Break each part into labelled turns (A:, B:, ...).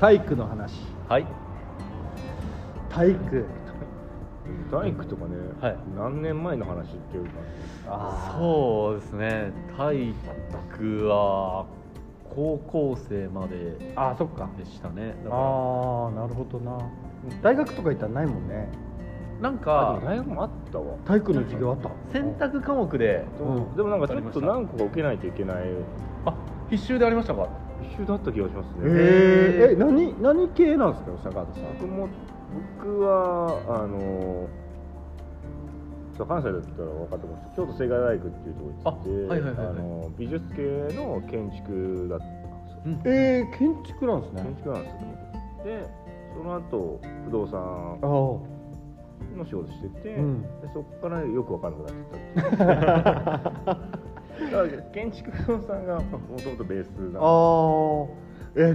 A: 体育の話
B: はい
A: 体育
C: 大工とかね、
B: はい
C: 何年前の話っていうか
B: そうですね体育は高校生まで
A: うあそっか
B: でしたねだか
A: ああなるほどな大学とか行ったらないもんね
B: らなん
C: あ
B: か
C: でも大学もあったわ
A: 体育の授業あった
B: 選択科目で
A: うん
C: でもなんかちょっと何個か受けないといけない
B: あ必修でありましたか
C: 一周だった気がします
A: え
C: ね、
A: ー、え何何系なんですか吉高さん
C: 僕も僕はあのそう関西だったら分かってます京都聖外大学っていうところに行って
B: あはいはいはいはい
C: あの美術系の建築だったんですよ
B: うん
A: えー、建築なんです
C: 建
A: ね
C: 築なんですよでその後不動産
A: ああ
C: の仕事してて、
A: うん
C: でそこからよく分からなくなってきただから建築不動産がもともとベースなんで
A: あー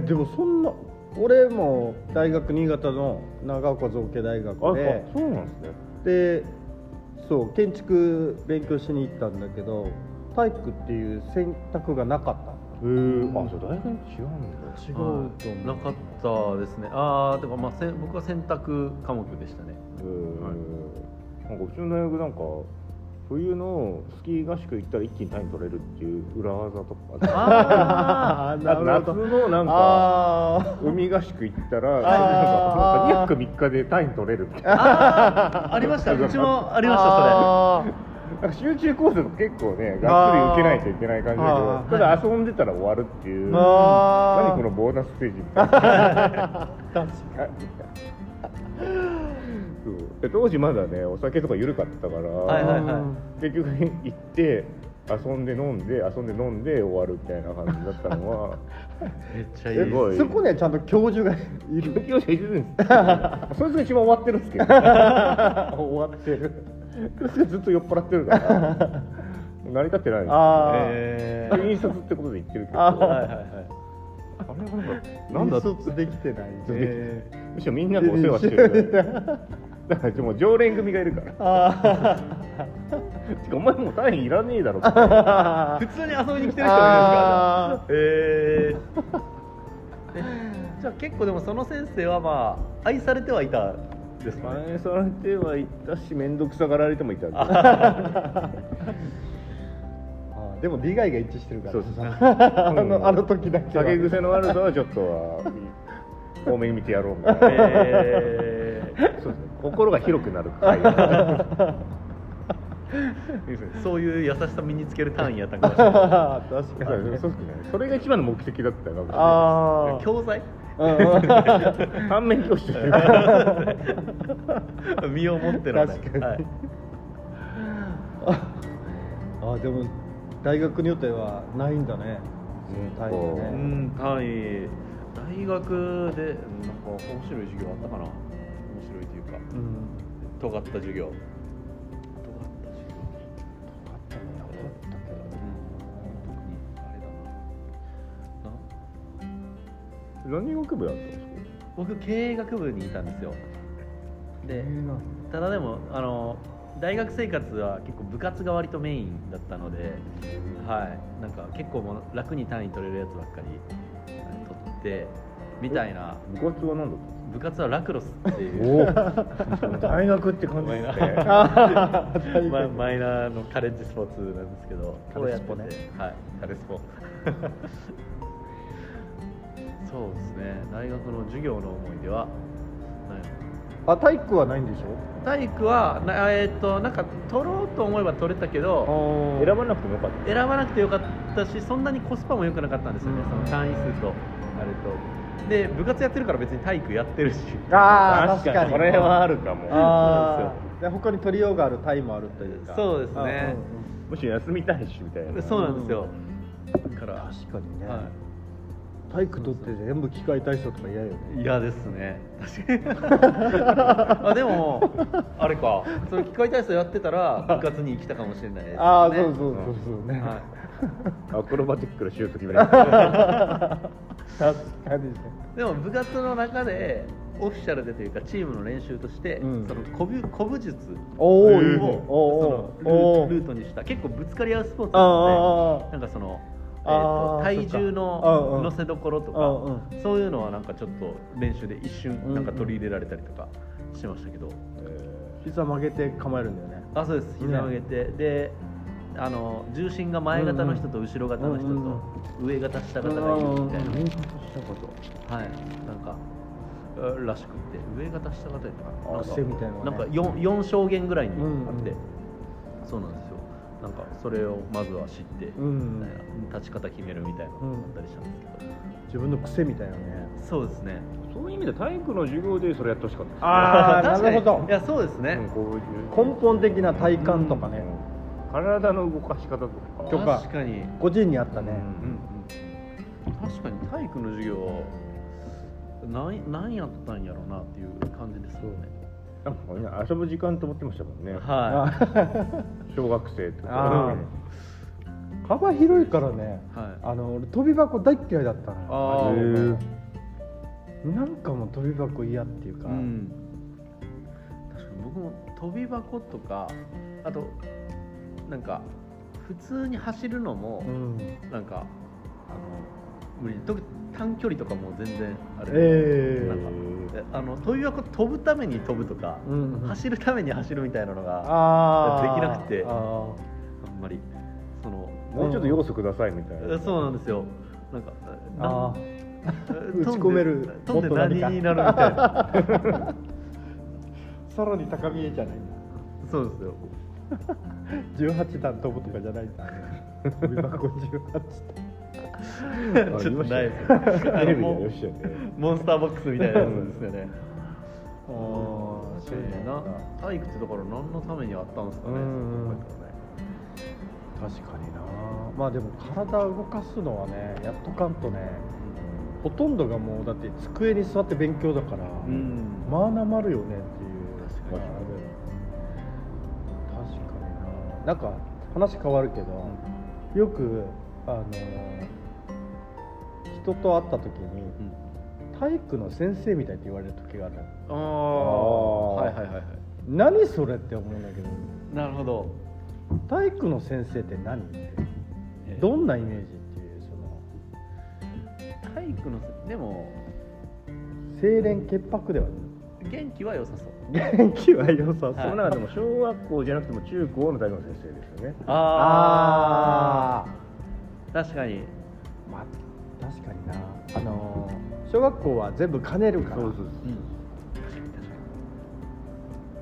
A: えでもそんな俺も大学新潟の長岡造形大
C: あ
A: 学で
C: あそうなんですね
A: でそう建築勉強しに行ったんだけど体育っていう選択がなかった
C: へえあじゃあ大学に違うんだ
A: 違うと思
B: は
A: う、
B: いなかったですねああてかまあせん僕は選択科目でしたね
C: はい、なんかうちの大学なんか冬のスキー合宿行ったら一気に単位取れるっていう裏技とか
B: あ
A: あー
C: あと夏のなんか
A: あ
C: 海合宿行ったらな
A: あ
C: ん
A: ー
C: かなんか2泊3日で単位取れるみたいな
B: あありましたうちもありました
C: なんか集中講座とか結構ねがっつり受けないといけない感じ
A: あ
C: だ
A: ー
C: けどただ遊んでたら終わるっていう
A: あー
C: 何このボーナスステージみたいなそうで当時まだねお酒とか緩かったから、
B: はいはいはい
C: 結局行って遊んで飲んで遊んで飲んで終わるみたいな感じだったのは
B: それめっちゃいい
C: すごい
A: そこにはちゃんと教授がいる
C: よしいるんですそいつが一番終わってるんですけど終わってるそいつがずっと酔っ払ってるからもう成り立ってないんです
A: あー
B: え
C: 印刷ってことで言ってるけど
A: あ
B: ーはいはいはい
C: あれはなんかなんだ
A: 卒できてないね
C: え むしろみんながお世話してるだからもう常連組がいるから
A: あ
C: てかお前もう単位いらねえだろって
A: あ
B: 普通に遊びに来てる人もいるんです
A: あ
B: か えー、じゃあ結構でもその先生はまあ愛されてはい たんですかね
C: 前されてはいたし面倒くさがられてもいたんで
A: ーでも利害が一致してるから
C: そうそう
A: あのあの時だけは
C: 酒癖の悪さはちょっとは多めに見てやろうみたいな、
B: え
C: そうですね心が広くなる会話
B: ー、そういう優しさ身につける単位やったんかもしれない
A: あー確かにね
C: そうですねそれが一番の目的だったかもしれな
A: あ
B: 教材
A: あ
C: いです反面教師という
B: 身をもってのね
A: 確かに
B: はい、
A: あでも大学によってはないんだね
C: うん
A: 体育
B: う
A: ね
B: ん単位大学でなんか面白い授業あったかな面白いというか
A: うん
B: 尖った授業尖った授業
A: あったねあったけど
C: 何学部だったんですか
B: 僕経営学部にいたんですよで
A: え
B: ただでもあの大学生活は結構部活が割とメインだったので、はい、なんか結構もう楽に単位取れるやつばっかりはい取ってみたいな
C: 部活は何だったんですか
B: 部活はラクロスっていう
C: お大学って感じですね
B: マイマイナーのカレッジスポーツなんですけど、
A: カレッジスポね
B: こうやっててはい、カレスポ。 そうですね、大学の授業の思い出は、ない
A: あ体育はないんでし
B: 体育は、なえーっと、なんか取ろうと思えば取れたけど、
A: ょ
C: 選ばなくてもよかっ
B: 選ばなくてよかったし、そんなにコスパも良くなかったんですよね、
A: うん
B: その単位数と、あれと。で、部活やってるから別に体育やってるし。
A: ああ確
C: た
A: かに
C: これはあるかも
A: ああで他に取りようがあるタイもあるというか
B: そうですね
C: むしろ休みたいしみたいな
B: そうなんですよ。だから、
A: あ
B: は
A: ー確かにね、
B: い。
A: 体育取って全部機械体操とか嫌よね
B: 嫌ですね 確かにあでもあれかその機械体操やってたら部活に生きたかもしれないですね
A: ああそうそうそうそうね、
B: はい
C: アクロバティックなシュート決められた
A: 確かにね
B: でも部活の中でオフィシャルでというかチームの練習として、
A: うん
B: その古武古武術
A: お
B: を
A: ー
B: そ
A: いいね
B: の
A: おーおーおー
B: ルートルートにした結構ぶつかり合うスポーツ
A: あ
B: なの
A: ーあーあー
B: でなんかそのえー
A: あ
B: と
A: ー
B: 体重
A: そっかうんう
B: の
A: ん
B: 乗せどころとか、
A: うんうん
B: そういうのはなんかちょっと練習で一
A: うんう
B: 瞬
A: ん
B: なんか取り入れられたりとかしましたけど、
A: 膝曲げて構えるんだよね
B: あそうです膝曲げて、であの重心が前型の人と後ろ型の人
A: うんうん
B: と上型下型がいるみたいな、
A: うんうんうん
B: はいなんかうんらしくって上型下型やったかななんか
A: 汗みたいなのが
B: な
A: ね
B: んか 4, 4証言ぐらいにあって、
A: うん
B: そうなんですよなんかそれをまずは知って、
A: うん
B: みたいな立ち方決めるみたいなのがあったりしたんですけど、
A: 自分の癖みたいなね
B: そうですね
C: そういう意味で体育の授業でそれやってほしかったですね
A: あ ー
B: 確かに
A: なるほど
B: いやそうですね、
C: うんこういう
A: 根本的な体幹とかね、
C: 体の動かし方と
A: と
C: か
A: か
B: 確かに
A: 個人にあったね、
C: うん
B: うんうん、確かに体育の授業なんなんやったんやろうなっていう感じですよね。
C: なんかみんな遊ぶ時間と思ってましたもんね
B: は
C: 小学生と
A: あ
C: か
A: ー幅広いからね
B: いはい。
A: あの俺飛び箱大っ嫌いだったのよ
B: あ
C: へ
B: ー
C: ー
A: なんかもう飛び箱嫌っていうか、
B: うん。確かに僕も飛び箱とかあとなんか普通に走るのも
A: うん
B: なんか、あの無理特に短距離とかも全然あれ、
A: ええ
B: なんかえあの飛び箱飛ぶために飛ぶとか、
A: うんうん
B: 走るために走るみたいなのが。
A: あー
B: できなくて
A: あー
B: あんまりその
C: もうちょっと要素くださいみたい
B: え
C: な
B: そうなんですよなんか
A: あー
B: 打
A: 打ち込める
B: 飛んで
A: もっと何か
B: 何になるみたいな
A: さらに高みへじゃないんだ
B: そうですよ
A: 18段飛ぶとかじゃないんだ飛び箱18段
C: あ
B: ちょっとないです
C: テレビでよっしゃね
B: モンスターボックスみたいなやつですよね
A: あー
B: 確かにねな体育ってだから何のためにあったんですかね
A: うんう
B: そう
A: ん
B: 考えたらね
A: 確かになまあでも体を動かすのはねやっとかんとねほとんどがもうだって机に座って勉強だから、
B: うん
A: まあなまるよねっていう
B: 確
C: かに
A: 確かにななんか話変わるけど、よくあの人と会った時に
B: うん
A: 体育の先生みたいって言われる時がある
B: あー
A: ー
B: はいはいはいはい
A: 何それって思うんだけど
B: なるほど
A: 体育の先生って何って
B: えー
A: どんなイメージっていうその
B: 体育のでも
A: 清廉潔白では
B: 元気は良さそう
A: ない 元気は良さそう
B: はい
C: その中でも小学校じゃなくても中高の大学 の先生ですよね
B: ああ確かに
A: まあ確かになあのー小学校は全部兼ねるから
C: そうそう
B: うん、確かに確かに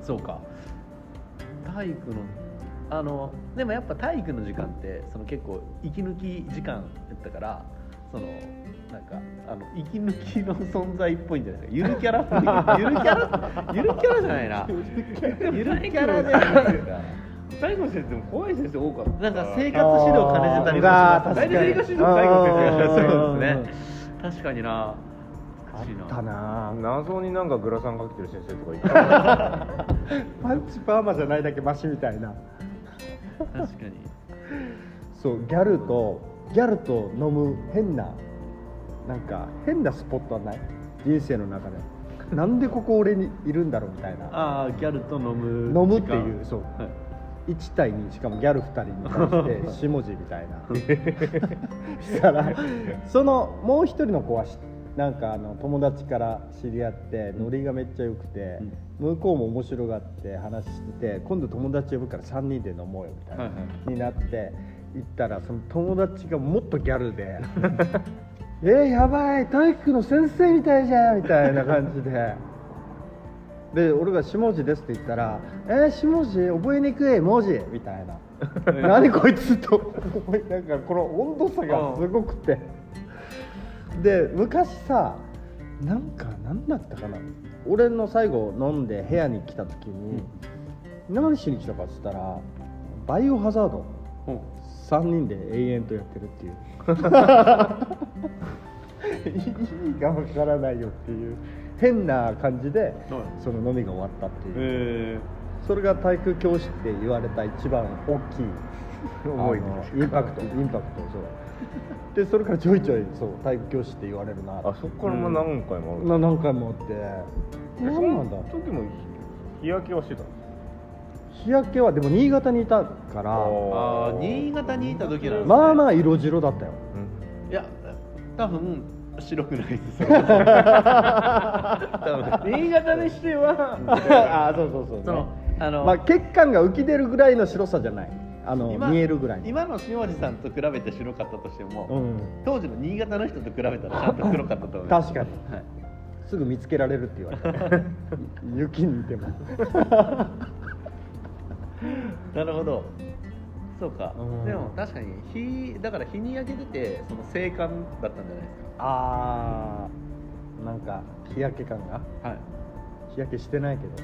B: そうか体育のあのでもやっぱ体育の時間ってその結構息抜き時間やったからそのなんかあの息抜きの存在っぽいんじゃないですかゆるキャラっぽいゆるキャラゆるキャラじゃないなゆるキャラで
C: そう大学の先生でも怖い先生多かっ
B: なんか生活指導兼ねて
A: あー
B: たりもしま
A: あー
B: す
A: 確かに
C: 大体生活指導最後の先生
A: あー
B: そうですね確かにな
A: あ
B: 難しいな
A: ったな
C: 謎になんかグラサンかけてる先生とかい た
A: パンチパーマじゃないだけマシみたいな
B: 確かに
A: そうギャルとギャルと飲む変ななんか変なスポットはない人生の中でなんでここ俺にいるんだろうみたいな
B: ああギャルと飲む
A: 飲むって
B: 時
A: い
B: 間
A: うそう
B: はい
A: 1対2しかもギャル2人に対して4文字みたいなしたらそのもう一人の子はしなんかあの友達から知り合ってノリがめっちゃ良くて、向こうも面白がって話してて今度友達呼ぶから3人で飲もうよみたいな、
B: はいは
A: になって行ったらその友達がもっとギャルで 「えー、やばい体育の先生みたいじゃん」みたいな感じで。で俺が「下地です」って言ったら「えー、下地覚えにくい文字」みたいな「何こいつ」と思いながらこの温度差がすごくてで昔さなんか何だったかな俺の最後飲んで部屋に来た時に何しに来たかっつったら「バイオハザード」3人で永遠とやってるっていう意味がわからないよっていう変な感じで
B: い
A: その飲みが終わったってい
B: え
A: う、それが体育教師って言われた一番大きい
C: 思い
A: あのインパクトインパクトそうでそれからちょいちょいそう体育教師って言われるな
C: あそこからもう何回もある、
A: な何回もあって
C: え
A: そ
C: そうう
A: な
C: なんん
A: だ
C: だ時も日焼けはしてたんで
A: 日焼けはでも新潟にいたから
C: あ
B: ああ新潟にいた時なんですね
A: まあまあ色白だったよ
C: す
B: いや多分白くない です多分
C: 新潟にしては
A: あーそうそうそう、ね、
B: そのあの、
A: まあ、血管が浮き出るぐらいの白さじゃないあの
B: 今
A: 見えるぐらいの
B: 今の塩路さんと比べて白かったとしても、
A: うん、
B: 当時の新潟の人と比べたらちゃんと黒かったと思います
A: 確かに
B: はい
A: すぐ見つけられるって言われ た雪にいても
B: なるほどそうか、
A: うん
B: でも確かに日だから日に焼けててその生還だったんじゃないです
A: あーなんか日焼け感が
B: かはい
A: 日焼けしてないけ ど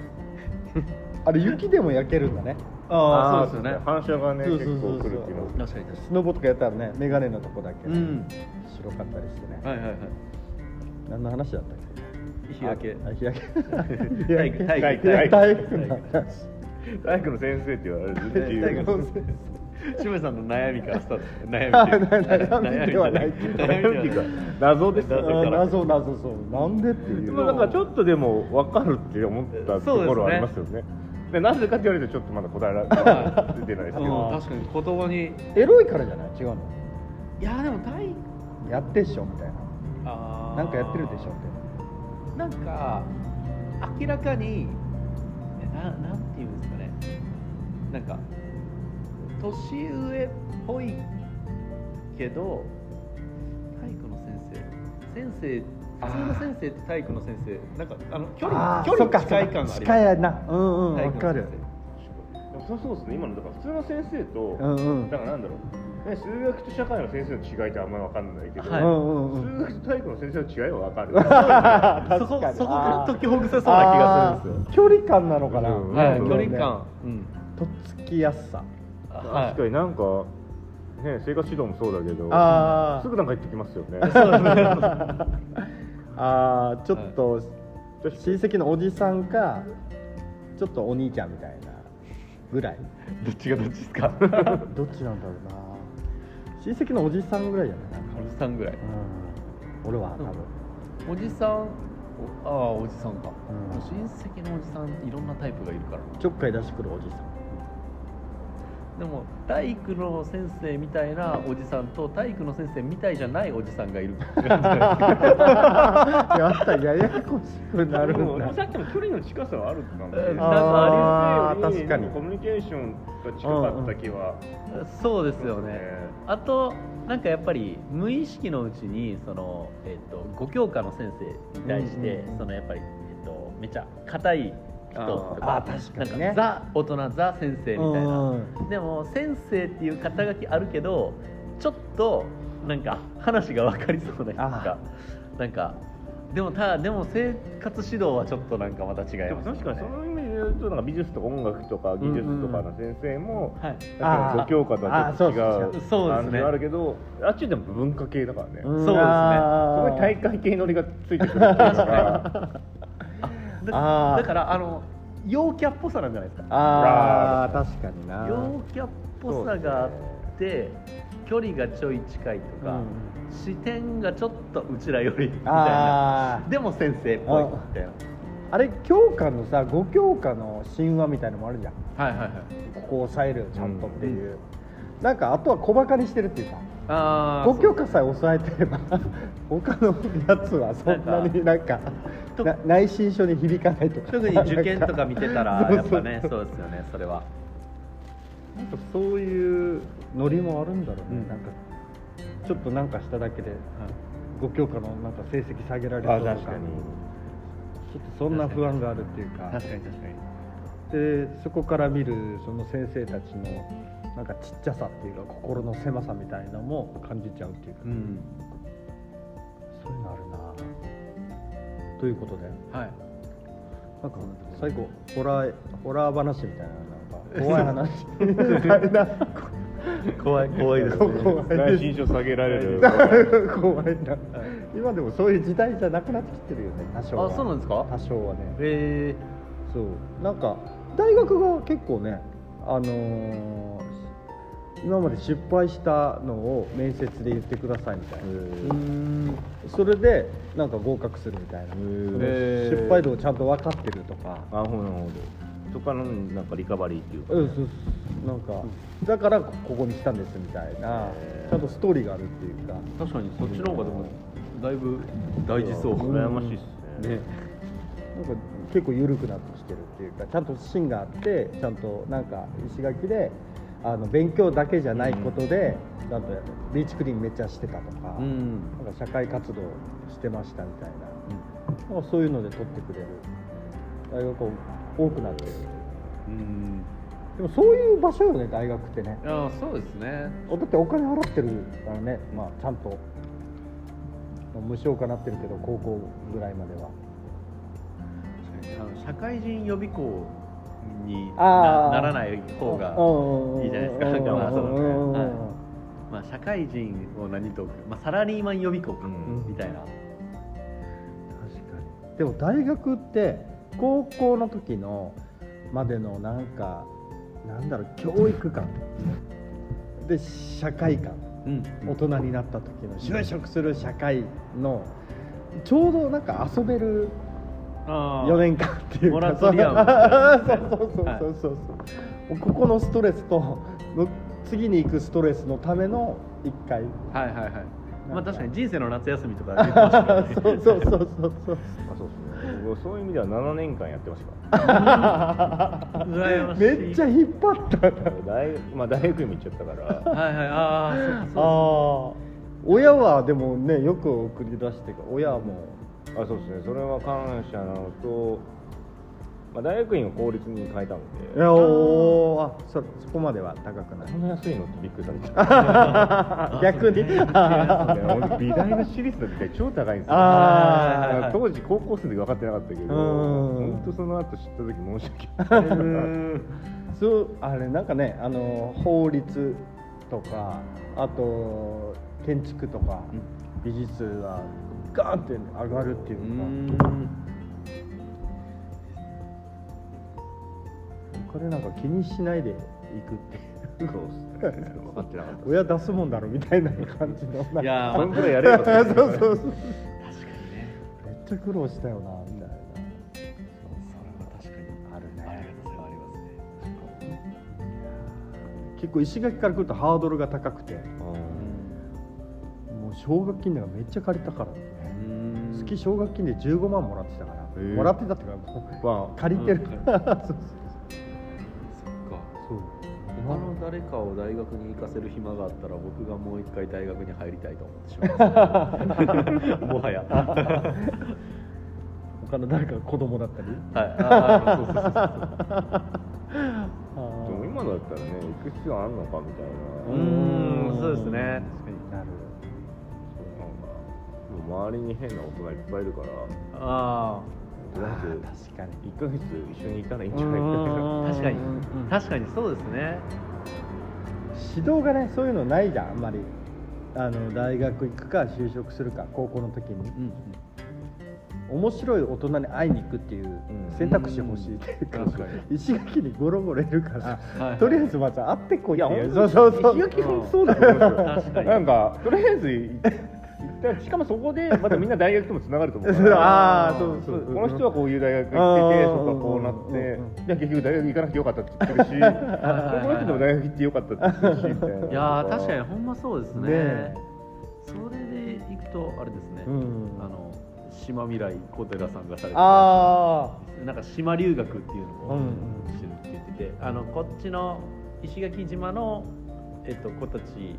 A: あれ雪でも焼けるんだね
B: ああそうですよね
C: 反射がね
A: そう
C: 結
A: そうそうそう
C: 構くるきの
B: 確かに確か
A: スノボとかやったらね眼鏡のとこだけ
B: にうん
A: 白かったりしてね、
B: はいはいはい
A: 何の話だったっけ
B: 日焼け
A: あ 日焼け
B: 体育体育
A: いや
B: 体
A: 体
B: 育
A: 育の話
C: 大工の先生って言われる自
B: 大学
C: 由
B: の先生渋谷さんの悩みからスタート悩
A: あ
B: みというか
A: 悩みではない
B: 悩み
C: 悩みっていう
B: では
C: か
B: ない
C: 謎です
A: あ
C: よね
A: ー謎謎そうなんでってい
C: で
A: う
C: もなんかちょっとでも分かるって思ったところはありますよねでなぜかって言われてちょっとまだ答えられ出てないですけ
B: うん
C: ど
B: 確かに言葉に
A: エロいからじゃない違うの
B: いやでも体育
A: やってっしょみたい
B: あ
A: な
B: ー
A: なんかやってるでしょみたいな
B: なんか明らかにえななんていうんですかねなんか年上っぽいけど体育の先生先生普通の先生と体育の先生なんかあの距離
A: あー
B: 距
A: そっ
B: 離
A: か
B: 近い感があ
A: そっ
B: りま
A: か近
B: す
A: いやなうんうん
B: 体育の先生
A: わかる
C: でもそうそうですね今のだから普通の先生と、
A: うんうん
C: だからなんだろう、ね、数学と社会の先生の違いってあんまり分かんないけど、
B: はい
A: うんうんうん
C: 数学と体育の先生の違いは分かる
B: そこ
A: 確かに
B: そこから解きほぐせそうな気がするんですよ
A: あー距離感なのかな、
C: うん
B: は
C: あ
B: い
C: ー
B: 距離感うん
A: とっつきやすさ
B: は
C: 確かになんか、ね、生活指導もそうだけど
A: あー
C: すぐなんか言ってきますよね
A: あーちょっと
C: い
A: 親戚のおじさんかちょっとお兄ちゃんみたいなぐらい
B: いどっちがどっちですか
A: どっちなんだろうな親戚のおじさんぐらいじゃない
B: おじさんぐらい
A: うん俺は多分、
B: おじさんおああおじさんか、
A: うん
B: 親戚のおじさんいろんなタイプがいるから
A: ちょっかい出してくるおじさん
B: でも体育の先生みたいなおじさんと体育の先生みたいじゃないおじさんが いる
A: やったややこしくなるんだ
C: さっきの距離の近さはあるかもしれ
B: うん
C: ない
A: あー
C: なんかありそうより
A: 確かに
C: コミュニケーションが近かった気は、
B: そうですよねあとなんかやっぱり無意識のうちにその、えっと5教科の先生に対して、
A: うんうんうん
B: そのやっぱり、えっとめちゃ硬い人とか
A: あーあー確かにね
B: なんかザ大人ザ先生みたいな、
A: うん
B: でも先生っていう肩書きあるけどちょっとなんか話が分かりそうな人とかなんかでもたでも生活指導はちょっとなんかまた違い
C: でも
B: ますよね
C: 確かにその意味で言うとなんか美術とか音楽とか技術とかの先生も、
B: はい
C: 確かにご教科とはちょっと違
A: あーあー
C: う
B: そうそうそうそうですね
C: 感じはあるけどあっちでも文化系だから
A: う
C: ね、
A: ん
B: そうですね
A: あ
C: す
A: ー
C: ごい体育会系ノリがついてくるっていうか
B: だ
A: あー
B: だからあの陽キャっぽさなんじゃないですか
A: あー確かにな
B: 陽キャっぽさがあって距離がちょい近いとか、
A: うん
B: 視点がちょっとうちらよりみたいな
A: あー
B: でも先生っぽいみたいな
A: あれ教科のさ5教科の神話みたいのもあるじゃん
B: はいはいはい
A: ここ押さえるよちゃんとっていう、なんかあとは小バカにしてるっていうか
B: あ
A: 5教科さえ押さえてれば 他のやつはそんなになんか
B: と
A: な内申書に響かないとか
B: 特に受験とか見てたら
A: そう
B: やっ
A: そう
B: ぱねそうですよねそれは
A: なんかそういうノリもあるんだろうね、
B: うん
A: なんかちょっとなんかしただけで5教科のなんか成績下げられ
C: あ
A: るとか
C: 確かに
A: ちょっとそんな不安があるっていうか
B: かに確かに
A: でそこから見るその先生たちのなんかちっちゃさっていうか心の狭さみたいなのも感じちゃうっていうか、
B: うん
A: そういうのあるなということで
B: はい
A: なんか最後ホラーホラー話みたいななんか怖い 話みたいな
B: 怖い怖いですね
A: 怖い
C: 内心証下げら れる
A: 怖いな、今でもそういう時代じゃなくなってきてるよね多少は
B: あそうなんですか
A: 多少はね
B: え
A: そうなんか大学が結構ねあのー今まで失敗したのを面接で言ってくださいみたいな、それでなんか合格するみたいな、
C: ー
A: その失敗度をちゃんと分かってるとか、
C: あほんほんとかのなんかリカバリーっていうか
A: うんそうなんか、だからここにしたんですみたいな
B: へー
A: ちゃんとストーリーがあるっていうか
B: 確かにそっちの方がでもだいぶ大事そう
A: うん
C: 羨ましいっすね
B: ね
A: なんか結構緩くなってきてるっていうかちゃんと芯があってちゃんとなんか石垣であの勉強だけじゃないことで、なんとビーチクリーンめっちゃしてたとか,、
B: うん
A: なんか社会活動してましたみたいな、なんかそういうので取ってくれる大学多くなってる
B: うん
A: でもそういう場所よね大学ってね
B: ああそうですね
A: だってお金払ってるからね、まあ、ちゃんとまあ無償化なってるけど高校ぐらいまでは
B: あの社会人予備校に
A: あ
B: なな
A: ー
B: らない方がいいじゃないですか
A: うんうんうん
B: まあそうですね
A: うんうんうん
B: はいまあ、社会人を何と、まあ、サラリーマン予備校か、
C: うん
B: みたいな
A: でも大学って高校の時のまでのなんかなんだろう教育観で社会観
B: うん
A: 大人になった時の就職する社会のちょうどなんか遊べる
B: あ
A: 4年間っていうか
B: モラトリアム
A: そうそうそうそうそうそう、ここのストレスとの次に行くストレスのための1回
B: はいはいはいま
A: な
B: あ
A: んか
B: 確かに人生の夏休みとか言ってましたからね
A: そうそうそうそうそう
C: あそうですね僕そういう意味では7年間やってましたから
B: 羨ましい
A: めっちゃ引っ張ったな
C: 大,、まあ、大学院も行っちゃったから
B: はいはいああそうそう
A: ああ親はでもねよく送り出してく親も
C: あそうですねそれは感謝なのと、まあ、大学院を公立に変えたの
A: い
C: で
A: やおーあそそこまでは高くな
C: そんな安いのってびっくりされた
A: い逆に
C: いや俺美大の私立の時代超高いんですよ
B: ー
A: あ
B: はいはいはい
C: 当時高校生で分かってなかったけど
A: ん
C: 本当その後知った時申し 訳ない
A: そうあれなんかねあの法律とかあと建築とか
B: うん
A: 美術はガーンって上がるっていうう
B: ー
A: か
B: ん
A: これなんか気にしないでいくって
C: そうですね分かってなかった
A: 親出すもんだろみたいな感じの
B: いやー
C: そんくらいやれよ
A: そうそうそうめっ
B: 確かにね
A: ちゃ苦労したよなみたいな
B: それは確かに
A: あ
B: あ
A: る
B: り
A: ね
B: がとうございますね
A: 結構石垣から来るとハードルが高くてもう奨学金なんかめっちゃ借りたから
B: う
A: ね
B: ん
A: 月奨学金で15万もらってたから
C: へー
A: もらってたっていうかもう
C: まあ
A: 借りてる、
B: うん
A: そう
B: そっか
A: そう
B: 他の誰かを大学に行かせる暇があったら僕がもう一回大学に入りたいと思ってしまいま したもはや
A: 他の誰かが子供だったり
B: はいあーそうそうそうそう
C: でも今だったらね行く必要あんのかみたいな
B: うーんそうですね
A: 確かになる
C: そうなんだもう周りに変な大人いっぱいいるから
B: あ
C: とりあえず
A: 確かに
C: 1ヶ月一緒にいたらいいんじゃないかな
B: あ確かに確かにそうですね
A: 指導がねそういうのないじゃんあんまりあの大学行くか就職するか高校の時に
B: うん
A: 面白い大人に会いに行くっていう選択肢欲しいっていうか、
B: うん確か
A: 石垣にゴロゴロいるから、
B: はいはい
A: とりあえずまず会ってこい
C: い
A: って
C: や
A: い
C: 本
A: う
C: 当に
A: そうそうそう
C: 石垣本当そうだと思うんです
B: 確か
C: よ
B: に
C: なんかとりあえずい一旦しかもそこでまたみんな大学ともつながると思うから
A: あーそうそう
C: この人はこういう大学行ってて
A: あー
C: そこはこうな
A: うんうんうん
C: ってで結局大学行かなくてよかったって言ってるしこの人でも大学行ってよかったって言ってるしみたいない
B: いやー確かにほんまそうですね
A: ねえ
B: それでいくとあれですね、
A: うん
B: あの島未来小寺さんがされてる
A: あ
B: なんか島留学っていうの
A: う
B: を
A: んうん
B: してるって言ってて、あのこっちの石垣島の、えっと、子たち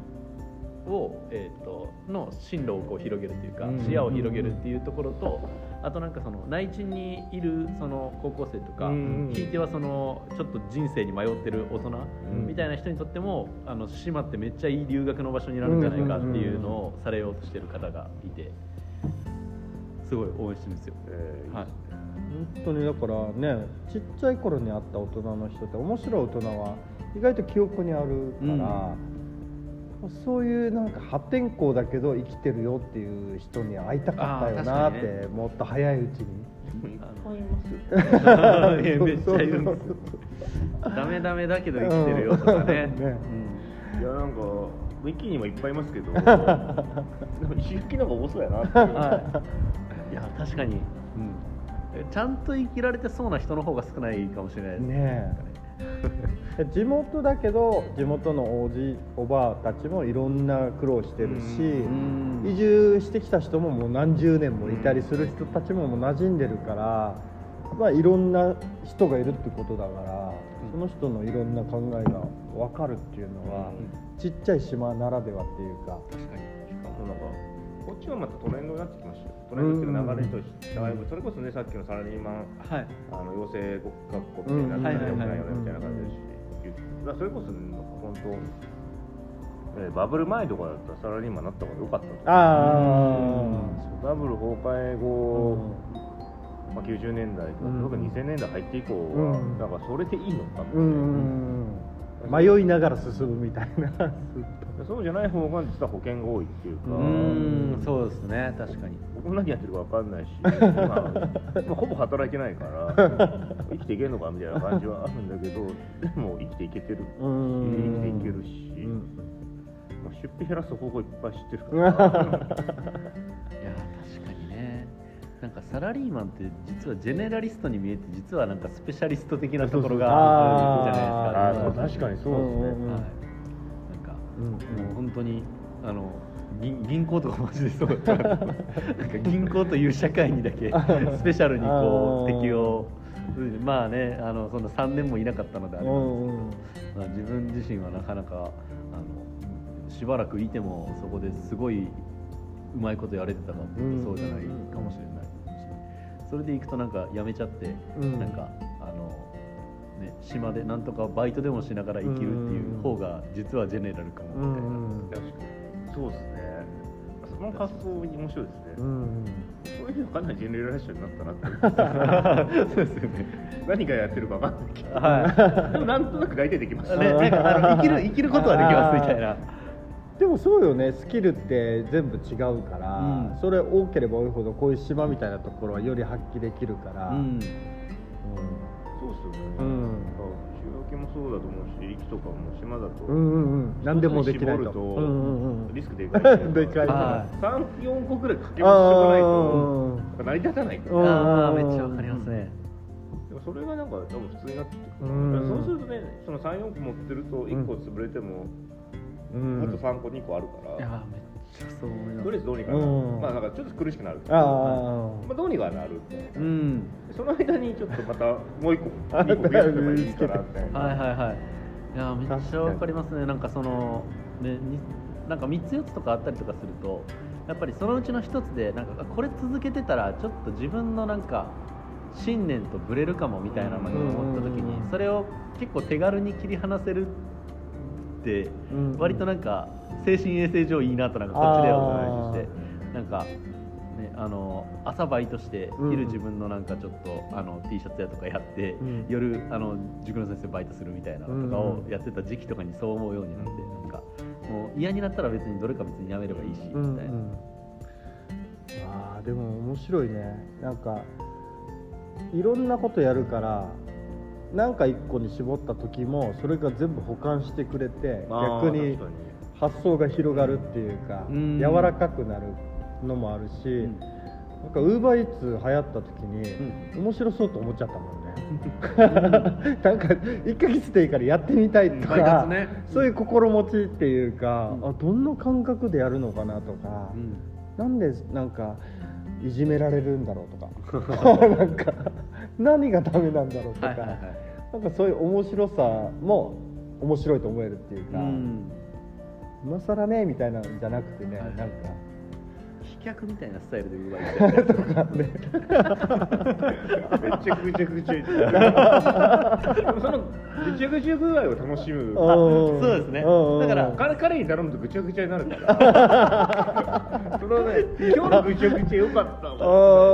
B: を、えっと、の進路をこう広げるというか、
A: うん
B: 視野を広げるっていうところとあとなんかその内地にいるその高校生とか、
C: うん
B: ひいてはそのちょっと人生に迷ってる大人
C: うん
B: みたいな人にとってもあの島ってめっちゃいい留学の場所になるんじゃないかっていうのをされようとしてる方がいてすごい応援してるんですよ。
C: えー
B: はい
A: あ本当にだからねちっちゃい頃に会った大人の人って面白い大人は意外と記憶にあるから、そういうなんか破天荒だけど生きてるよっていう人に会いたかったよな
B: あー
A: っ
B: 確かに
A: て、もっと早いう ちに。
C: いっ
B: あの
C: ぱいいますよ
B: いやめっちゃいるんですよダメダメだけど生きてるよとかね,、
A: うんね
C: いやなんかウィキにもいっぱいいます けどでも石垣の方が多そうやなっていう
B: うんはい、いや確かに、うん、ちゃんと生きられてそうな人の方が少ないかもしれないですね
A: ねえ地元だけど地元のおじおばあたちもいろんな苦労してるし、
B: うん
A: 移住してきた人ももう何十年もいたりする人たちももう馴染んでるから、まあ、いろんな人がいるってことだから、
B: うん
A: その人のいろんな考えが分かるっていうのは、ちっちゃい島ならではっていうか。
B: 確かに
C: なんかこっちはまたトレンドになってきましたよトレンドっていうか流れとしてだいぶそれこそねさっきのサラリーマン
B: はい
C: あの養成学校みたいな
A: うん
C: 仲良くないよ
A: はいはいは
C: ね
A: い
C: みたいな感じですし、だからそれこそなんか本当、えーバブル前とかだったらサラリーマンになった方が良かったと思う
A: あ
C: そうバブル崩壊
A: あ、
C: 後、まあ、90年代とか、
A: うん
C: 特に2000年代入って以降は、
A: うん
C: なんかそれでいいのかみたいな、
A: うん、迷いながら進むみたいな。
C: そうじゃない方が実は保険が多いっていうか、
A: う
B: う
A: ー
B: ん
A: ん
B: そうですね確かに
C: 僕も何やってるか分か んないし、まあ、まあほぼ働いてないから生きていけるのかみたいな感じはあるんだけどでも生きていけてる
A: う
C: 生
A: ん
C: きていけるし、
A: うん
C: まあ出費減らす方法いっぱい知ってる から
B: いや確かにねなんかサラリーマンって実はジェネラリストに見えて実はなんかスペシャリスト的なところがあるじゃないですかな
A: あー
B: んか
C: 確かにそうですね
A: ん
B: はい
A: ん、
B: なんか
A: うん
B: もう本当にあの銀銀行とかマジでそうだったなんか銀行という社会にだけスペシャルにこ
A: あ
B: う
A: ー
B: 適応まあねあのその3年もいなかったのであれ
A: う
B: なん
A: んうん
B: ですけど、まあ、自分自身はなかなかあのしばらくいてもそこですごいうまいことやれてたかっていうとそうじゃないかもしれないしそれでいくとなんかやめちゃって、
A: うん
B: なんかあの。ね、島でなんとかバイトでもしながら生きるっていう方が実はジェネラルかもみたいな、
C: 確かにそうですねその発想面白いですね、
A: うん
C: そういうのかなりジェネラルションになったなって
B: そうですよね。
C: 何がやってるか分かんないけど
B: は
C: でもなんとなく大体できました
B: い。ね、なん かあの生きる生きることはできますみたいな。
A: でもそうよねスキルって全部違うから、
B: うん
A: それ多ければ多いほどこういう島みたいなところはより発揮できるから、
B: うん。
C: そうっすよね、
A: うん
C: なんか週明けもそうだと思うし息とかも島だと、
A: うんうんうん何でもできないと
C: 絞ると
A: うんうんうん
C: リスクでかいから
A: でかい
B: は
C: 34個ぐらい掛け持ちしておかないと
A: あ
C: なんか成り立たないから、
A: うん
B: ああめっちゃわかりますね。
C: でもそれがなんか多分普通になってくる
A: う
C: だから
A: ん
C: そうするとねその34個持ってると1個潰れても、
A: う
C: あと
A: ん
C: 3個2個ある
B: い
C: から、
B: やめっちゃそう思いま
C: とり
B: す。
C: あえずどうにかなる、
A: うん
C: まあなんかちょっと苦しくなるけど
A: あ
C: まあ、どうにかなるみたいな
B: うん。
C: その間にちょっとまたもう1個2個増やせばいいからみたいな
B: はいはいはい。いやめっちゃわかりますね。なんかそのねになんか三つ四つとかあったりとかすると。やっぱりそのうちの一つでなんかあこれ続けてたらちょっと自分のなんか信念とブレるかもみたいなのに思った時
A: うん
B: にそれを結構手軽に切り離せるって
A: うん
B: 割となんか精神衛生上いいなとなんかこっちで思いましてなんか、ね、あの朝バイトして
A: うん
B: 昼自分のなんかちょっとあの T シャツ屋とかやって、
A: うん
B: 夜あの塾の先生バイトするみたいなのとかをやってた時期とかにそう思うようになって、なんかもう嫌になったら別にどれか別にやめればいいし、
A: うん
B: み
A: う
B: たいな。
A: ん、あーでも面白いねなんかいろんなことやるからなんか一個に絞った時もそれが全部保管してくれて
C: まあ
A: 逆に
C: 確かに
A: 発想が広がるっていうか、
B: うん
A: 柔らかくなるのもあるし、
B: うん
A: なんかウーバーイーツ流行った時に、面白そうと思っちゃった もんねなんか1ヶ月でいいからやってみたいと
B: うんバイ
A: か、
B: 活ね
A: そういう心持ちっていうか、
B: うん
A: あどんな感覚でやるのかなとか、なんでなんかいじめられるんだろうと かなんか何がダメなんだろうとか、
B: はいはいはい
A: なんかそういう面白さも面白いと思えるっていうか、
B: うん
A: 今更ねみたいなのじゃなくてね、
B: はい
A: なん
B: 飛脚みたいなスタイルで Uber 行ってる
A: かね
C: めちゃくちゃくちゃ言って たでもそのぐちゃぐちゃ具合を楽しむ
A: あうん
B: そうですね
A: うん
B: だから
C: 彼彼に頼むとぐちゃぐちゃになるか らそのね今日のぐちゃぐちゃ良かったわ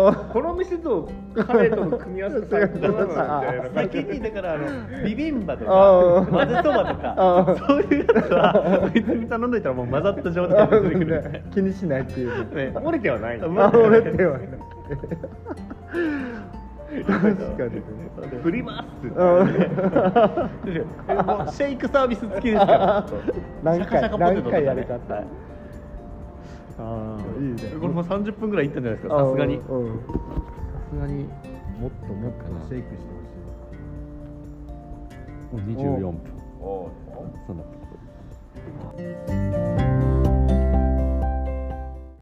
A: あ
C: この店と彼との組み合わせ最高だなみたいな感
B: 先
C: じ
B: にだからあのビビンバと
A: あ
B: か
A: ー
B: 混ぜそばと
A: あ
B: か
A: ー
B: そういうやつは別に頼んどいたらもう混ざった状態で出てく るみたい
A: ー気にしないっ ていうね
B: なね
C: 漏れてはないんだ
A: あ俺ってはね確かにね
C: 振りますっ
A: う
C: て言って
A: ん
B: もうシェイクサービス付きですから
A: 何
B: シャカシャ
A: 回
B: カポテト
A: 何
B: とかね
A: 回やりたった
B: はい
A: あーいいね
B: これもう30分ぐらいいったんじゃないですかさすがに
A: あーうん
B: さすがに
A: もっともっとシェイクしてほしい
C: 24分
B: おう
C: そんな